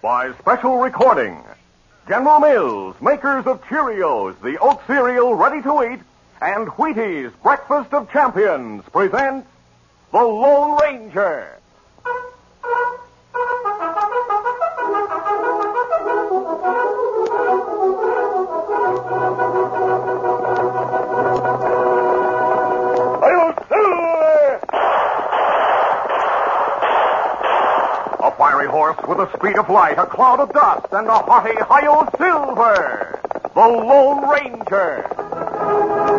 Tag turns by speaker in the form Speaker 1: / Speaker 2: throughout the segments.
Speaker 1: by special recording. General Mills, makers of Cheerios, the oat cereal ready to eat, and Wheaties, breakfast of champions, presents The Lone Ranger. A fiery horse with the speed of light, a cloud of dust, and a hearty high silver. The Lone Ranger.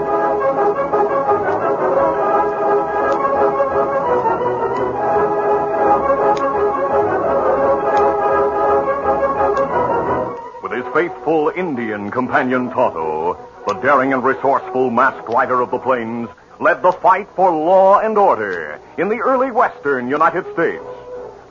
Speaker 1: With his faithful Indian companion Toto, the daring and resourceful masked rider of the plains led the fight for law and order in the early western United States.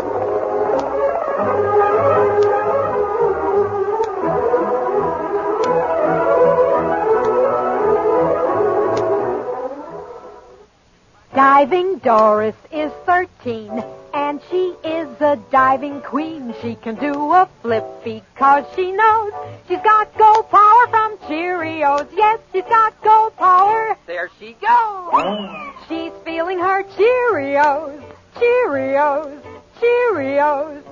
Speaker 1: Away!
Speaker 2: Diving Doris is 13, and she is a diving queen. She can do a flip because she knows she's got gold power from Cheerios. Yes, she's got gold power. There she goes. She's feeling her Cheerios, Cheerios, Cheerios.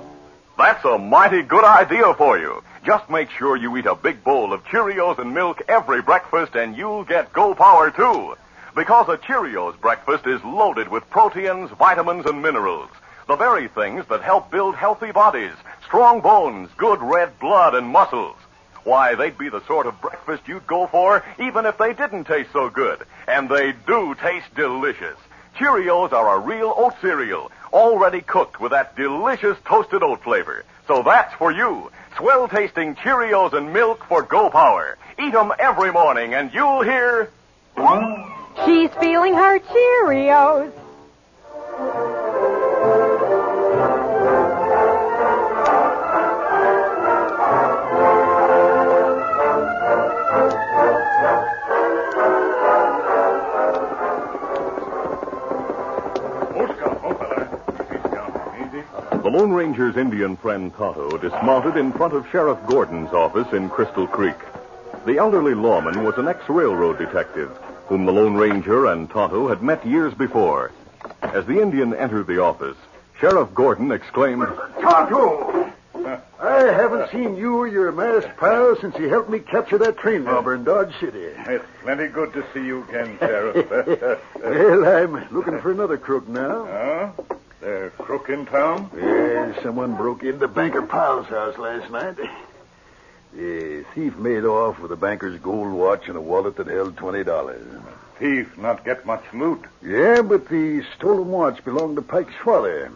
Speaker 1: That's a mighty good idea for you. Just make sure you eat a big bowl of Cheerios and milk every breakfast, and you'll get Go Power too. Because a Cheerios breakfast is loaded with proteins, vitamins, and minerals. The very things that help build healthy bodies, strong bones, good red blood, and muscles. Why, they'd be the sort of breakfast you'd go for even if they didn't taste so good. And they do taste delicious. Cheerios are a real oat cereal, already cooked with that delicious toasted oat flavor. So that's for you. Swell tasting Cheerios and milk for Go Power. Eat 'em every morning and you'll hear.
Speaker 2: She's feeling her Cheerios.
Speaker 1: The Lone Ranger's Indian friend Toto dismounted in front of Sheriff Gordon's office in Crystal Creek. The elderly lawman was an ex railroad detective whom the Lone Ranger and Toto had met years before. As the Indian entered the office, Sheriff Gordon exclaimed,
Speaker 3: Tonto! I haven't seen you or your masked pal since he helped me capture that train robber in Dodge City.
Speaker 4: It's plenty good to see you again, Sheriff.
Speaker 3: Well, I'm looking for another crook now.
Speaker 4: huh? There, crook in town?
Speaker 3: Yeah, someone broke into Banker Powell's house last night. The thief made off with the banker's gold watch and a wallet that held twenty dollars.
Speaker 4: Thief not get much loot.
Speaker 3: Yeah, but the stolen watch belonged to Pike's father.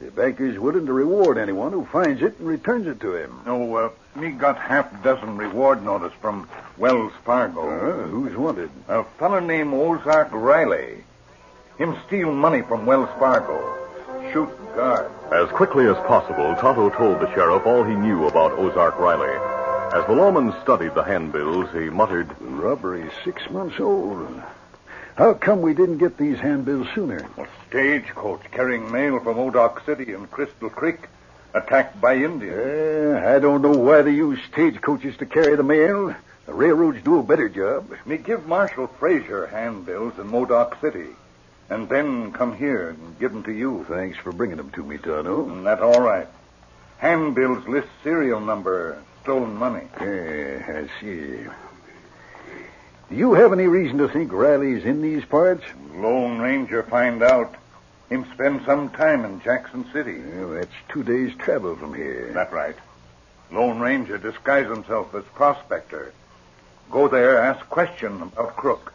Speaker 3: The banker's willing to reward anyone who finds it and returns it to him.
Speaker 4: No, uh, me got half dozen reward notice from Wells Fargo.
Speaker 3: Uh, who's wanted?
Speaker 4: A fellow named Ozark Riley. Him steal money from Wells Fargo. Shoot guard.
Speaker 1: As quickly as possible, Tonto told the sheriff all he knew about Ozark Riley. As the lawman studied the handbills, he muttered,
Speaker 3: Robbery six months old. How come we didn't get these handbills sooner?
Speaker 4: A stagecoach carrying mail from Odock City and Crystal Creek. Attacked by Indians.
Speaker 3: Uh, I don't know why they use stagecoaches to carry the mail. The railroads do a better job.
Speaker 4: Me give Marshal Fraser handbills in Modoc City. And then come here and give them to you.
Speaker 3: Thanks for bringing them to me, Tonto.
Speaker 4: That's all right. Handbills list serial number, stolen money.
Speaker 3: Yeah, I see. Do you have any reason to think Riley's in these parts?
Speaker 4: Lone Ranger find out. Him spend some time in Jackson City.
Speaker 3: Well, that's two days' travel from here.
Speaker 4: That right. Lone Ranger disguise himself as prospector. Go there, ask question about crook.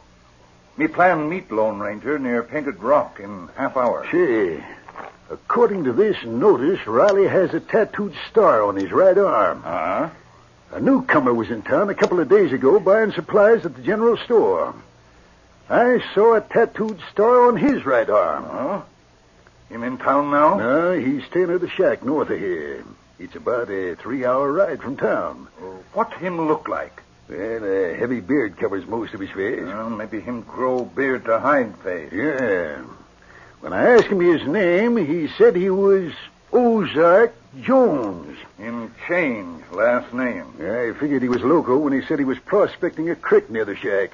Speaker 4: Me plan meet Lone Ranger near Painted Rock in half hour.
Speaker 3: Gee, according to this notice, Riley has a tattooed star on his right arm.
Speaker 4: Huh?
Speaker 3: A newcomer was in town a couple of days ago buying supplies at the general store.
Speaker 5: I saw a tattooed star on his right arm.
Speaker 6: Oh? Him in town now?
Speaker 5: No, he's staying at the shack north of here. It's about a three-hour ride from town.
Speaker 6: What him look like?
Speaker 5: Well, a heavy beard covers most of his face.
Speaker 6: Well, maybe him grow beard to hide face.
Speaker 5: Yeah. When I asked him his name, he said he was Ozark Jones.
Speaker 6: Him change last name.
Speaker 5: I figured he was loco when he said he was prospecting a creek near the shack.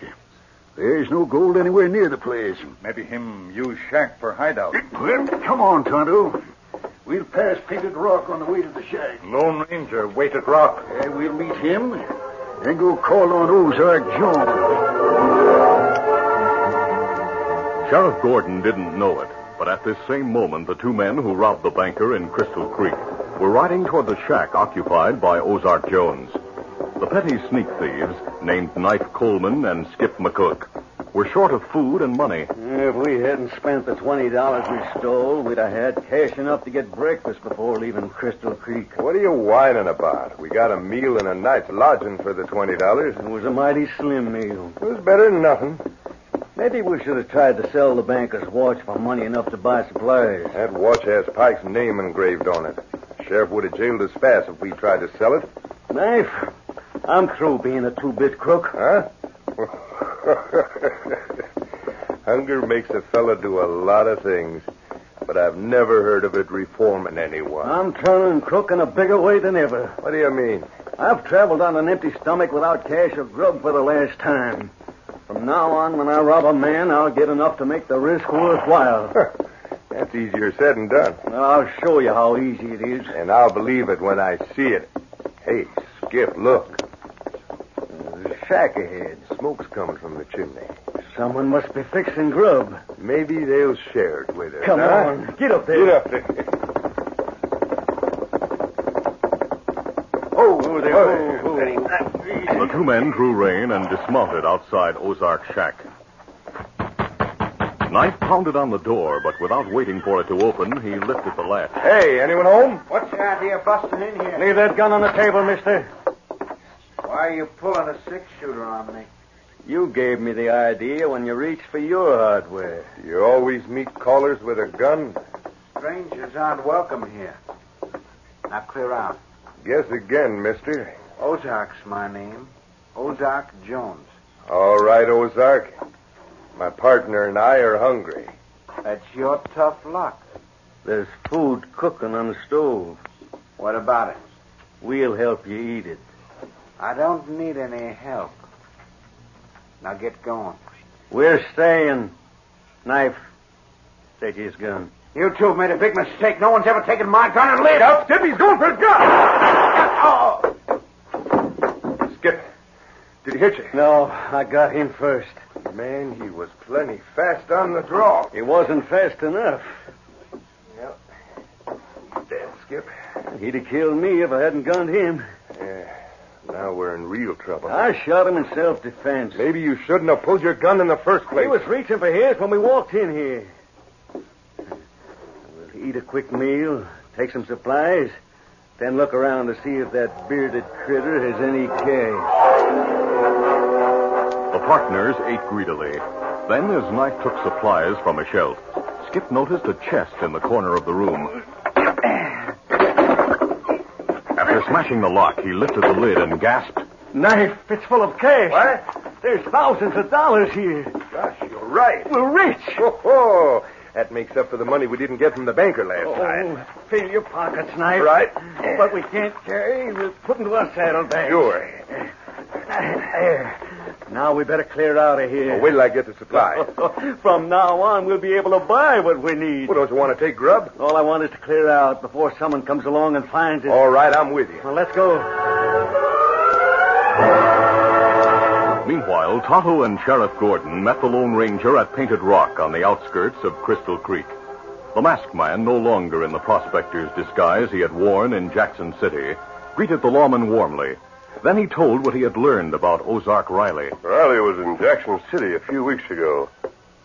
Speaker 5: There's no gold anywhere near the place.
Speaker 6: Maybe him use shack for hideout.
Speaker 5: Well, come on, Tonto. We'll pass Painted Rock on the way to the shack.
Speaker 6: Lone Ranger, wait at rock.
Speaker 5: Uh, we'll meet him and go call on Ozark Jones.
Speaker 1: Sheriff Gordon didn't know it, but at this same moment, the two men who robbed the banker in Crystal Creek were riding toward the shack occupied by Ozark Jones. The petty sneak thieves, named Knife Coleman and Skip McCook, were short of food and money.
Speaker 3: If we hadn't spent the twenty dollars we stole, we'd have had cash enough to get breakfast before leaving Crystal Creek.
Speaker 4: What are you whining about? We got a meal and a night's lodging for the twenty dollars.
Speaker 3: It was a mighty slim meal.
Speaker 4: It was better than nothing.
Speaker 3: Maybe we should have tried to sell the banker's watch for money enough to buy supplies.
Speaker 4: That watch has Pike's name engraved on it. Sheriff would have jailed us fast if we tried to sell it.
Speaker 3: Knife, I'm through being a two-bit crook.
Speaker 4: Huh? Hunger makes a fella do a lot of things, but I've never heard of it reforming anyone.
Speaker 3: I'm turning crook in a bigger way than ever.
Speaker 4: What do you mean?
Speaker 3: I've traveled on an empty stomach without cash or grub for the last time. From now on, when I rob a man, I'll get enough to make the risk worthwhile.
Speaker 4: That's easier said than done.
Speaker 3: I'll show you how easy it is.
Speaker 4: And I'll believe it when I see it. Hey, Skip, look. There's a shack ahead. Smoke's coming from the chimney.
Speaker 3: Someone must be fixing grub.
Speaker 4: Maybe they'll share it with us.
Speaker 3: Come
Speaker 4: huh?
Speaker 3: on, get up there.
Speaker 4: Get up there.
Speaker 3: Oh, there.
Speaker 4: Oh,
Speaker 3: Oh,
Speaker 1: The
Speaker 3: oh.
Speaker 1: two men drew rein and dismounted outside Ozark's shack. Knife pounded on the door, but without waiting for it to open, he lifted the latch.
Speaker 4: Hey, anyone home?
Speaker 6: What's the idea of busting in here?
Speaker 3: Leave that gun on the table, mister.
Speaker 6: Why are you pulling a six shooter on me?
Speaker 3: You gave me the idea when you reached for your hardware.
Speaker 4: Do you always meet callers with a gun?
Speaker 6: Strangers aren't welcome here. Now clear out.
Speaker 4: Guess again, mister.
Speaker 6: Ozark's my name. Ozark Jones.
Speaker 4: All right, Ozark. My partner and I are hungry.
Speaker 6: That's your tough luck.
Speaker 3: There's food cooking on the stove.
Speaker 6: What about it?
Speaker 3: We'll help you eat it.
Speaker 6: I don't need any help. Now get going.
Speaker 3: We're staying. Knife. Take his gun.
Speaker 6: You two have made a big mistake. No one's ever taken my gun and laid up.
Speaker 4: Skip, he's going for a gun!
Speaker 6: Oh,
Speaker 4: Skip, did he hit you?
Speaker 3: No, I got him first.
Speaker 4: Man, he was plenty fast on the draw.
Speaker 3: He wasn't fast enough.
Speaker 4: Yep. Dead, Skip.
Speaker 3: He'd have killed me if I hadn't gunned him.
Speaker 4: Yeah. Now we're in real trouble.
Speaker 3: I shot him in self-defense.
Speaker 4: Maybe you shouldn't have pulled your gun in the first place.
Speaker 3: He was reaching for his when we walked in here. We'll eat a quick meal, take some supplies, then look around to see if that bearded critter has any cash.
Speaker 1: The partners ate greedily. Then, as Knife took supplies from a shelf, Skip noticed a chest in the corner of the room. After smashing the lock, he lifted the lid and gasped.
Speaker 3: Knife, it's full of cash. What? There's thousands of dollars here.
Speaker 4: Gosh, you're right.
Speaker 3: We're rich.
Speaker 4: Oh, oh. That makes up for the money we didn't get from the banker last night.
Speaker 3: Oh, fill your pockets, Knife.
Speaker 4: Right.
Speaker 3: But we can't carry. We'll put into our saddlebags.
Speaker 4: Sure.
Speaker 3: There. Now we better clear out
Speaker 4: Well,
Speaker 3: of here.
Speaker 4: wait till I get the supplies.
Speaker 3: From now on, we'll be able to buy what we need.
Speaker 4: Well, don't you want to take grub?
Speaker 3: All I want is to clear out before someone comes along and finds us.
Speaker 4: All right, I'm with you.
Speaker 3: Well, let's go.
Speaker 1: Meanwhile, Tonto and Sheriff Gordon met the Lone Ranger at Painted Rock on the outskirts of Crystal Creek. The masked man, no longer in the prospector's disguise he had worn in Jackson City, greeted the lawman warmly. Then he told what he had learned about Ozark Riley.
Speaker 4: Riley was in Jackson City a few weeks ago.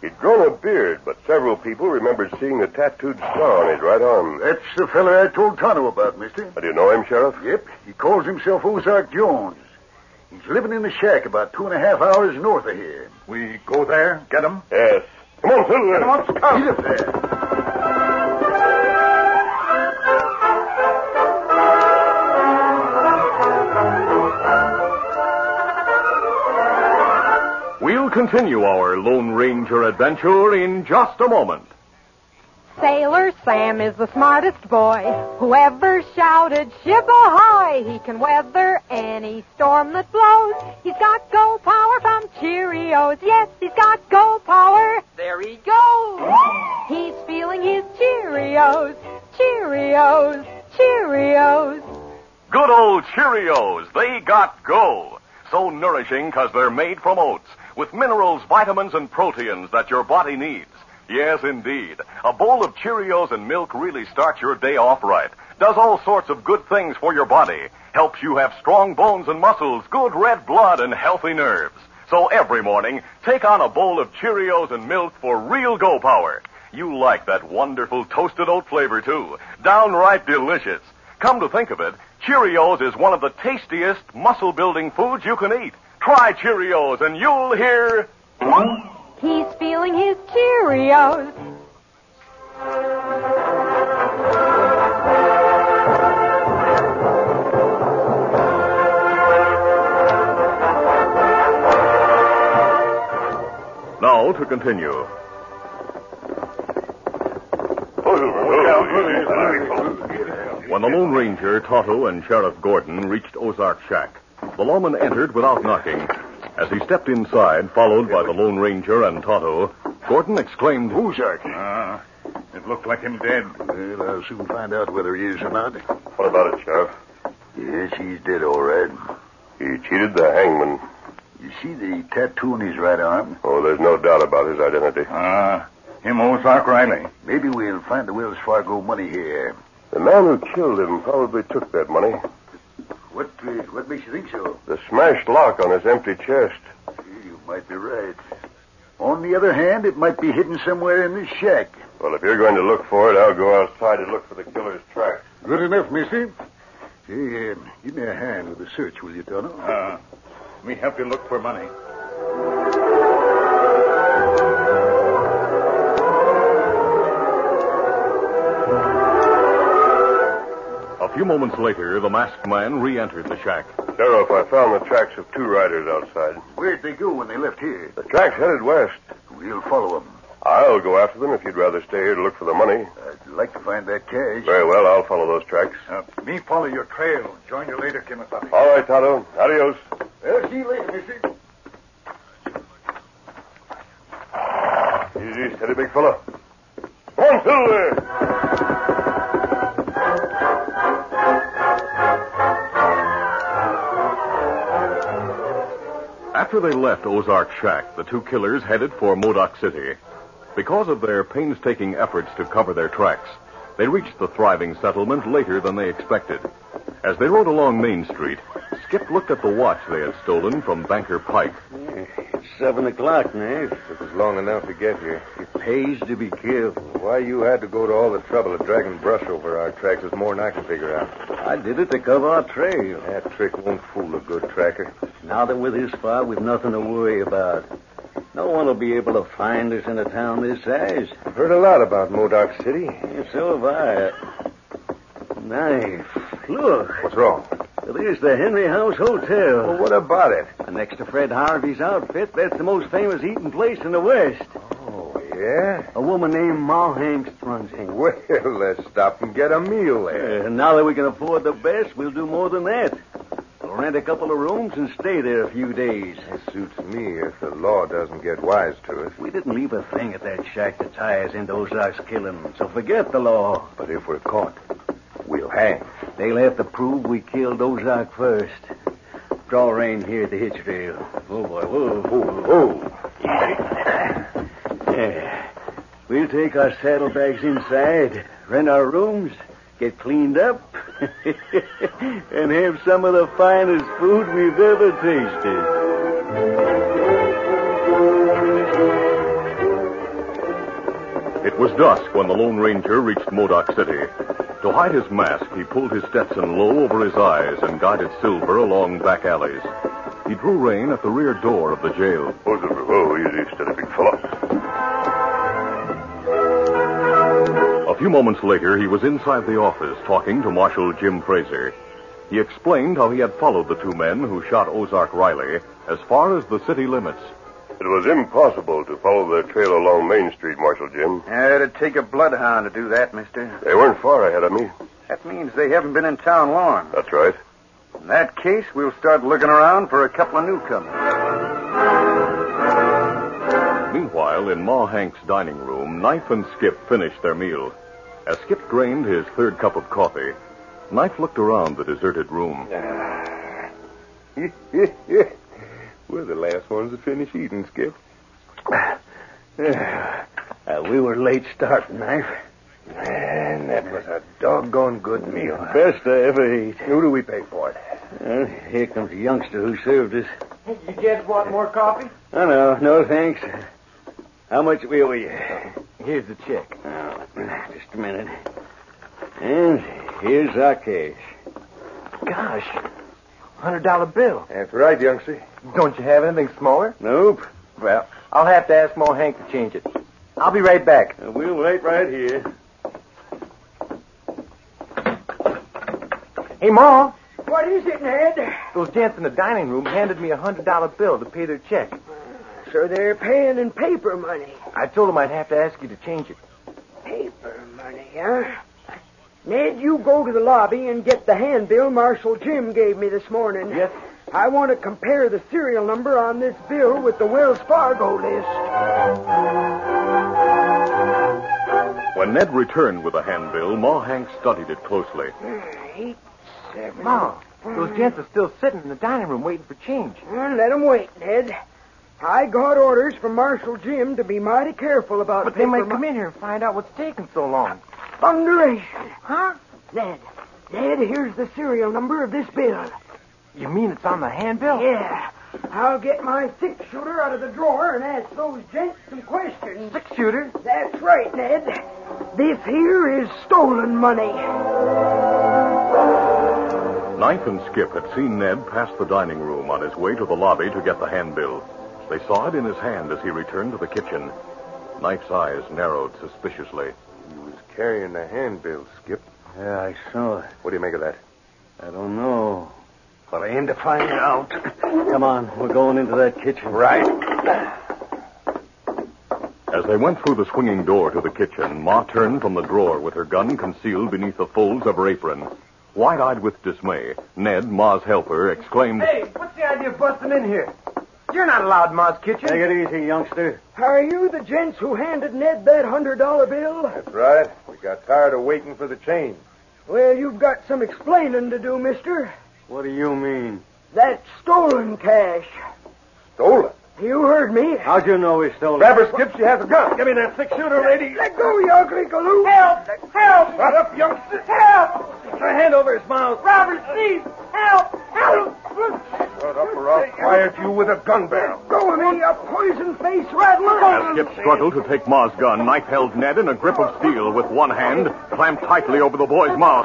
Speaker 4: He'd grown a beard, but several people remembered seeing the tattooed star on his right
Speaker 7: Hmm,
Speaker 4: arm.
Speaker 5: That's the fella I told Tonto about, mister.
Speaker 4: Do you know him, Sheriff?
Speaker 5: Yep, he calls himself Ozark Jones.
Speaker 7: He's living in a shack about two and a half hours north of here.
Speaker 4: We go there, get him.
Speaker 8: Yes. Come on, Silver. Come on,
Speaker 7: Get up there.
Speaker 1: We'll continue our Lone Ranger adventure in just a moment.
Speaker 2: Sailor Sam is the smartest boy. Whoever shouted ship ahoy, he can weather any storm that blows. He's got go power from Cheerios. Yes, he's got go power. There he goes. He's feeling his Cheerios. Cheerios. Cheerios.
Speaker 1: Good old Cheerios, they got go. So nourishing because they're made from oats, with minerals, vitamins, and proteins that your body needs. Yes, indeed. A bowl of Cheerios and milk really starts your day off right. Does all sorts of good things for your body. Helps you have strong bones and muscles, good red blood, and healthy nerves. So every morning, take on a bowl of Cheerios and milk for real go power. You like that wonderful toasted oat flavor too. Downright delicious. Come to think of it, Cheerios is one of the tastiest muscle building foods you can eat. Try Cheerios and you'll hear.
Speaker 2: He's feeling his Cheerios.
Speaker 1: Now to continue. When the Lone Ranger, Tonto, and Sheriff Gordon reached Ozark Shack, the lawman entered without knocking. As he stepped inside, followed by the Lone Ranger and Tonto, Gordon exclaimed,
Speaker 7: Who's Ark?
Speaker 4: Ah, it looked like him dead.
Speaker 7: Well, I'll soon find out whether he is or not.
Speaker 8: What about it, Sheriff?
Speaker 7: Yes, he's dead, all right.
Speaker 8: He cheated the hangman.
Speaker 7: You see the tattoo on his right arm?
Speaker 8: Oh, there's no doubt about his identity.
Speaker 4: Ah, him Ozark Riley.
Speaker 7: Maybe we'll find the Wells Fargo money here.
Speaker 8: The man who killed him probably took that money.
Speaker 7: What uh, what makes you think so?
Speaker 8: The smashed lock on his empty chest.
Speaker 7: You might be right. On the other hand, it might be hidden somewhere in this shack.
Speaker 8: Well, if you're going to look for it, I'll go outside and look for the killer's tracks.
Speaker 7: Good enough, mister. Hey, uh, give me a hand with the search, will you, Tonto?
Speaker 4: Ah, me help you look for money.
Speaker 1: A few moments later, the masked man re-entered the shack.
Speaker 8: Sheriff, I found the tracks of two riders outside.
Speaker 7: Where'd they go when they left here?
Speaker 8: The tracks headed west.
Speaker 7: We'll follow them.
Speaker 8: I'll go after them if you'd rather stay here to look for the money.
Speaker 7: I'd like to find that cash.
Speaker 8: Very well, I'll follow those tracks.
Speaker 4: Uh, me follow your trail. Join you later, Kimasabi.
Speaker 8: All right, Tonto. Adios.
Speaker 7: Well, see you later, mister.
Speaker 8: Easy, steady, big fella. One, eh. Silver!
Speaker 1: After they left Ozark Shack, the two killers headed for Modoc City. Because of their painstaking efforts to cover their tracks, they reached the thriving settlement later than they expected. As they rode along Main Street, Skip looked at the watch they had stolen from Banker Pike.
Speaker 3: Seven o'clock, Nave.
Speaker 9: It was long enough to get here.
Speaker 3: It pays to be careful.
Speaker 9: Why you had to go to all the trouble of dragging brush over our tracks is more than I can figure out.
Speaker 3: I did it to cover our trail.
Speaker 9: That trick won't fool a good tracker.
Speaker 3: Now that we're this far, we've nothing to worry about. No one will be able to find us in a town this size.
Speaker 9: I've heard a lot about Modoc City.
Speaker 3: And so have I. Knife. Look.
Speaker 9: What's wrong?
Speaker 3: There's the Henry House Hotel.
Speaker 9: Well, what about it?
Speaker 3: And next to Fred Harvey's outfit, that's the most famous eating place in the West.
Speaker 9: Oh, yeah?
Speaker 3: A woman named Ma Hanks runs it.
Speaker 9: Well, let's stop and get a meal there.
Speaker 3: Uh, now that we can afford the best, we'll do more than that. We'll rent a couple of rooms and stay there a few days.
Speaker 9: That suits me if the law doesn't get wise to us.
Speaker 3: We didn't leave a thing at that shack to tie us into Ozark's killing, so forget the law.
Speaker 9: But if we're caught, we'll hang.
Speaker 3: They'll have to prove we killed Ozark first. Draw rein here at the hitch rail. Oh, boy, whoa, whoa, whoa. Yeah. We'll take our saddlebags inside, rent our rooms, get cleaned up, and have some of the finest food we've ever tasted.
Speaker 1: It was dusk when the Lone Ranger reached Modoc City. To hide his mask, he pulled his Stetson low over his eyes and guided Silver along back alleys. He drew rein at the rear door of the jail.
Speaker 8: Who's it? Whoa, easy, steady, big fella.
Speaker 1: A few moments later, he was inside the office talking to Marshal Jim Fraser. He explained how he had followed the two men who shot Ozark Riley as far as the city limits.
Speaker 8: It was impossible to follow their trail along Main Street, Marshal Jim.
Speaker 3: Yeah, it'd take a bloodhound to do that, mister.
Speaker 8: They weren't far ahead of me.
Speaker 3: That means they haven't been in town long.
Speaker 8: That's right.
Speaker 3: In that case, we'll start looking around for a couple of newcomers.
Speaker 1: Meanwhile, in Ma Hank's dining room, Knife and Skip finished their meal. As Skip drained his third cup of coffee, Knife looked around the deserted room.
Speaker 9: We're the last ones to finish eating, Skip.
Speaker 3: Uh, we were late starting, eh? Knife.
Speaker 9: And that was a doggone good meal.
Speaker 3: Best I ever ate.
Speaker 9: Who do we pay for it?
Speaker 3: Uh, here comes the youngster who served us.
Speaker 10: You gents want more coffee?
Speaker 3: Oh, no, no thanks. How much we owe you?
Speaker 10: Here's the check.
Speaker 3: Oh, just a minute. And here's our cash.
Speaker 10: Gosh, hundred dollar bill.
Speaker 9: That's right, youngster.
Speaker 10: Don't you have anything smaller?
Speaker 3: Nope.
Speaker 10: Well, I'll have to ask Mo Hank to change it. I'll be right back.
Speaker 3: Uh, we'll wait right here.
Speaker 10: Hey, Ma,
Speaker 6: What is it, Ned?
Speaker 10: those gents in the dining room handed me a hundred dollar bill to pay their check.
Speaker 6: So they're paying in paper money.
Speaker 10: I told them I'd have to ask you to change it.
Speaker 6: Paper money, huh? Ned, you go to the lobby and get the handbill Marshal Jim gave me this morning.
Speaker 10: Yes.
Speaker 6: I want to compare the serial number on this bill with the Wells Fargo list.
Speaker 1: When Ned returned with the handbill, Ma Hank studied it closely.
Speaker 6: Eight, seven.
Speaker 10: Ma, those gents are still sitting in the dining room waiting for change.
Speaker 6: Well, let 'em wait, Ned. I got orders from Marshal Jim to be mighty careful about
Speaker 10: But they
Speaker 6: paper
Speaker 10: might
Speaker 6: mo-
Speaker 10: come in here and find out what's taking so long.
Speaker 6: Thunderation. Huh? Ned, Ned, here's the serial number of this bill.
Speaker 10: You mean it's on the handbill?
Speaker 6: Yeah. I'll get my six shooter out of the drawer and ask those gents some questions.
Speaker 10: Six shooter.
Speaker 6: That's right, Ned. This here is stolen money.
Speaker 1: Knife and Skip had seen Ned pass the dining room on his way to the lobby to get the handbill. They saw it in his hand as he returned to the kitchen. Knife's eyes narrowed suspiciously.
Speaker 9: He was carrying a handbill, Skip.
Speaker 3: Yeah, I saw it.
Speaker 9: What do you make of that?
Speaker 3: I don't know. But I aim to find out. Come on, we're going into that kitchen. Right.
Speaker 1: As they went through the swinging door to the kitchen, Ma turned from the drawer with her gun concealed beneath the folds of her apron. Wide eyed with dismay, Ned, Ma's helper, exclaimed,
Speaker 10: Hey, what's the idea of busting in here? You're not allowed in Ma's kitchen.
Speaker 3: Take it easy, youngster.
Speaker 6: Are you the gents who handed Ned that hundred dollar bill?
Speaker 9: That's right. We got tired of waiting for the change.
Speaker 6: Well, you've got some explaining to do, mister.
Speaker 3: What do you mean?
Speaker 6: That's stolen cash.
Speaker 9: Stolen.
Speaker 6: You heard me.
Speaker 3: How'd you know we stole it?
Speaker 9: Grabber Skip, she has a gun. Give me that six shooter, lady.
Speaker 6: Let go, you ugly galoo. Help! Help!
Speaker 9: Shut up, youngster.
Speaker 6: Help!
Speaker 9: Put a hand over his mouth.
Speaker 6: Robert, please! Help! Help!
Speaker 9: Shut up or I'll quiet you with a gun barrel.
Speaker 6: Go with me, you poison face rattler!
Speaker 1: As Skip struggled to take Ma's gun, Knife held Ned in a grip of steel with one hand, clamped tightly over the boy's mouth.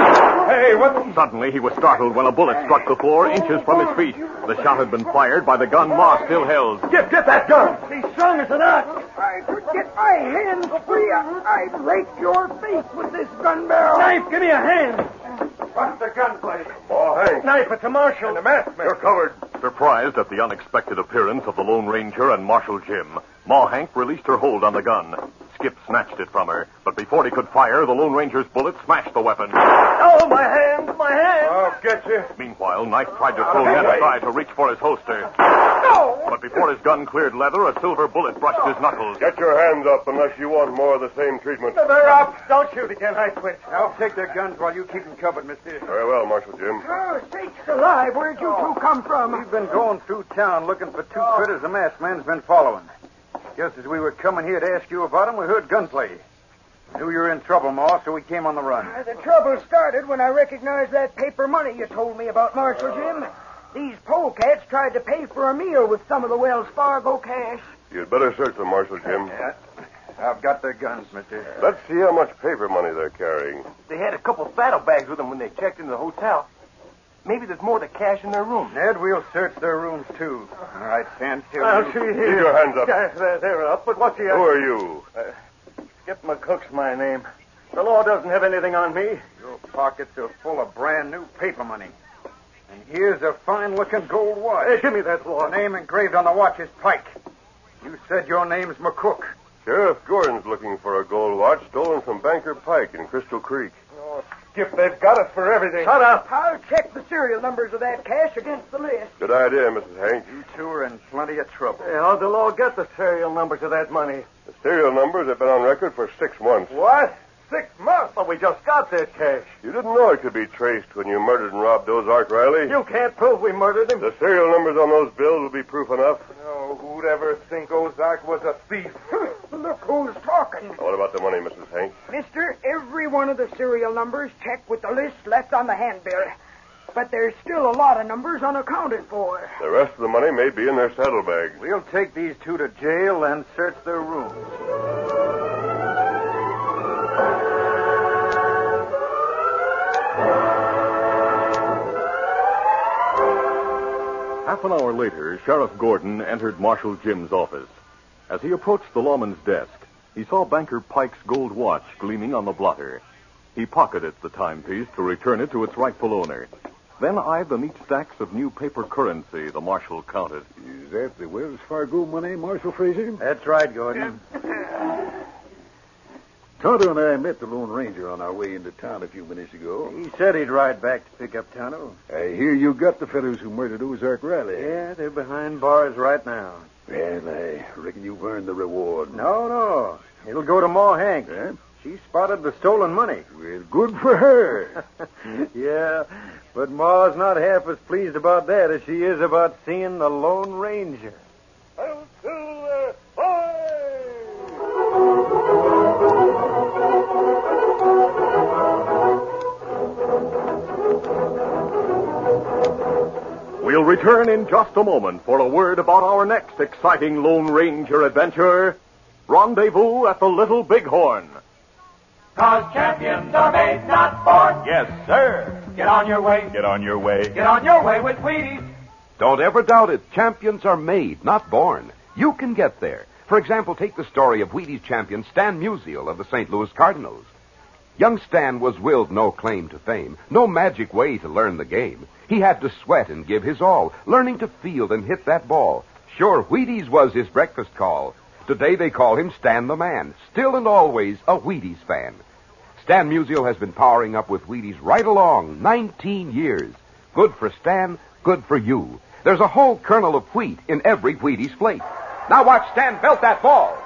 Speaker 1: Hey, what? Suddenly, he was startled when a bullet struck the floor inches from his feet. The shot had been fired by the gun Ma still held.
Speaker 9: Skip, get that gun.
Speaker 6: He's strong as an ox. I could get my hands free. I, I break your face with this gun barrel. Knife, give me a hand. What's the gun blade?
Speaker 9: Oh, hey.
Speaker 6: Knife, it's a marshal.
Speaker 9: The masked man.
Speaker 1: You're covered. Surprised at the unexpected appearance of the Lone Ranger and Marshal Jim, Ma Hank released her hold on the gun. Skip snatched it from her, but before he could fire, the Lone Ranger's bullet smashed the weapon.
Speaker 10: Oh, my hand, my hand.
Speaker 9: I'll get you.
Speaker 1: Meanwhile, Knife tried to throw Ned aside to reach for his holster. But before his gun cleared leather, a silver bullet brushed his knuckles.
Speaker 8: Get your hands up unless you want more of the same treatment.
Speaker 9: They're up. Don't shoot again. I quit.
Speaker 4: I'll take their guns while you keep them covered, mister.
Speaker 8: Very well, Marshal Jim.
Speaker 6: Oh, sakes alive, where'd you two come from?
Speaker 4: We've been going through town looking for two critters the masked man's been following. Just as we were coming here to ask you about 'em, we heard gunplay. Knew you were in trouble, Ma, so we came on the run.
Speaker 6: Uh, The trouble started when I recognized that paper money you told me about, Marshal Jim. These polecats tried to pay for a meal with some of the Wells Fargo cash.
Speaker 8: You'd better search them, Marshal Jim.
Speaker 4: I've got their guns, mister.
Speaker 8: Let's see how much paper money they're carrying.
Speaker 10: They had a couple saddlebags with them when they checked in the hotel. Maybe there's more to cash in their room.
Speaker 11: Ned, we'll search their rooms, too. All right, stand still.
Speaker 9: I'll
Speaker 11: you.
Speaker 9: see here.
Speaker 8: Keep your hands up.
Speaker 11: Yeah, they're, they're up, but what's the...
Speaker 8: Who are you?
Speaker 11: Skip McCook's my name. The law doesn't have anything on me.
Speaker 10: Your pockets are full of brand new paper money.
Speaker 11: And here's a fine-looking gold watch. Hey, give me that law.
Speaker 10: The name engraved on the watch is Pike. You said your name's McCook.
Speaker 8: Sheriff Gordon's looking for a gold watch stolen from Banker Pike in Crystal Creek.
Speaker 11: Skip, they've got us for everything. Shut up.
Speaker 6: I'll check the serial numbers of that cash against the list.
Speaker 8: Good idea, Mrs. Hank.
Speaker 10: You two are in plenty of trouble.
Speaker 11: Hey, how'd the law get the serial number to that money?
Speaker 8: The serial numbers have been on record for six months.
Speaker 11: What? Six months? But we just got that cash.
Speaker 8: You didn't know it could be traced when you murdered and robbed Ozark Riley.
Speaker 11: You can't prove we murdered him.
Speaker 8: The serial numbers on those bills will be proof enough.
Speaker 11: No, who'd ever think Ozark was a thief?
Speaker 6: Look who's talking.
Speaker 8: What about the money, Mrs. Hank?
Speaker 6: Mister, every one of the serial numbers checked with the list left on the handbill. But there's still a lot of numbers unaccounted for.
Speaker 8: The rest of the money may be in their saddlebags.
Speaker 10: We'll take these two to jail and search their rooms.
Speaker 1: Half an hour later, Sheriff Gordon entered Marshal Jim's office. As he approached the lawman's desk, he saw banker Pike's gold watch gleaming on the blotter. He pocketed the timepiece to return it to its rightful owner, then eyed the neat stacks of new paper currency the marshal counted.
Speaker 7: Is that the Wells Fargo money, Marshal Fraser?
Speaker 10: That's right, Gordon.
Speaker 7: Tonto and I met the Lone Ranger on our way into town a few minutes ago.
Speaker 10: He said he'd ride back to pick up Tonto.
Speaker 7: I hear you got the fellows who murdered Ozark Riley.
Speaker 10: Yeah, they're behind bars right now.
Speaker 7: Well, I reckon you've earned the reward.
Speaker 10: No, no. It'll go to Ma Hank.
Speaker 7: Huh?
Speaker 10: She spotted the stolen money.
Speaker 7: Well, good for her.
Speaker 10: yeah, but Ma's not half as pleased about that as she is about seeing the Lone Ranger.
Speaker 1: We'll return in just a moment for a word about our next exciting Lone Ranger adventure Rendezvous at the Little Bighorn.
Speaker 12: Cause champions are made, not born.
Speaker 1: Yes, sir.
Speaker 12: Get on your way.
Speaker 1: Get on your way.
Speaker 12: Get on your way with Wheaties.
Speaker 13: Don't ever doubt it. Champions are made, not born. You can get there. For example, take the story of Wheaties champion Stan Musial of the St. Louis Cardinals. Young Stan was willed no claim to fame, no magic way to learn the game. He had to sweat and give his all, learning to field and hit that ball. Sure, Wheaties was his breakfast call. Today they call him Stan the Man, still and always a Wheaties fan. Stan Musial has been powering up with Wheaties right along, 19 years. Good for Stan, good for you. There's a whole kernel of wheat in every Wheaties flake. Now watch Stan belt that ball.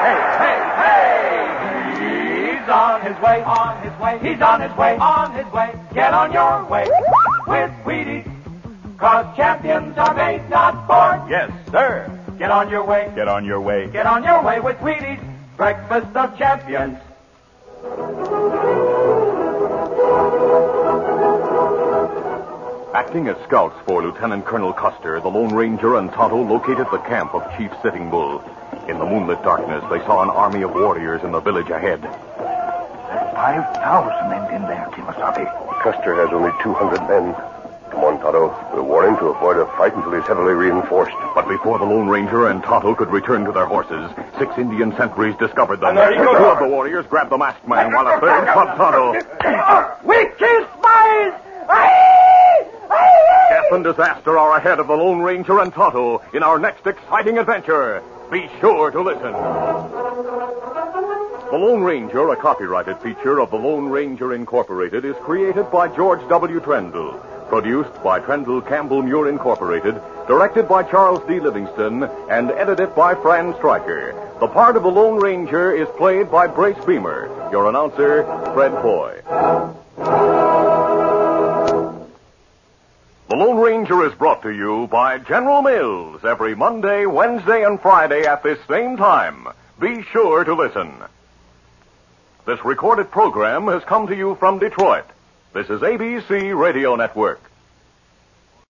Speaker 12: Hey, hey, hey! He's on his way, on his way. He's on his way, on his way. Get on your way with Wheaties. Cause champions are made, not born.
Speaker 1: Yes, sir.
Speaker 12: Get on your way.
Speaker 1: Get on your way.
Speaker 12: Get on your way with Wheaties. Breakfast of champions.
Speaker 1: Acting as scouts for Lieutenant Colonel Custer, the Lone Ranger and Tonto located the camp of Chief Sitting Bull. In the moonlit darkness, they saw an army of warriors in the village ahead.
Speaker 14: There's 5,000 men in there, Kimasabi.
Speaker 8: Custer has only 200 men. Come on, Tonto. We'll warn him to avoid a fight until he's heavily reinforced.
Speaker 1: But before the Lone Ranger and Tonto could return to their horses, six Indian sentries discovered them.
Speaker 8: And there he
Speaker 1: Two
Speaker 8: goes.
Speaker 1: of the warriors grabbed the masked man, while a third clubbed Tonto.
Speaker 6: We kill spies!
Speaker 1: Death and disaster are ahead of the Lone Ranger and Tonto in our next exciting adventure. Be sure to listen. The Lone Ranger, a copyrighted feature of the Lone Ranger Incorporated, is created by George W. Trendle, produced by Trendle Campbell Muir Incorporated, directed by Charles D. Livingston, and edited by Fran Stryker. The part of the Lone Ranger is played by Brace Beamer, your announcer, Fred Foy. The Lone Ranger is brought to you by General Mills every Monday, Wednesday, and Friday at this same time. Be sure to listen. This recorded program has come to you from Detroit. This is ABC Radio Network.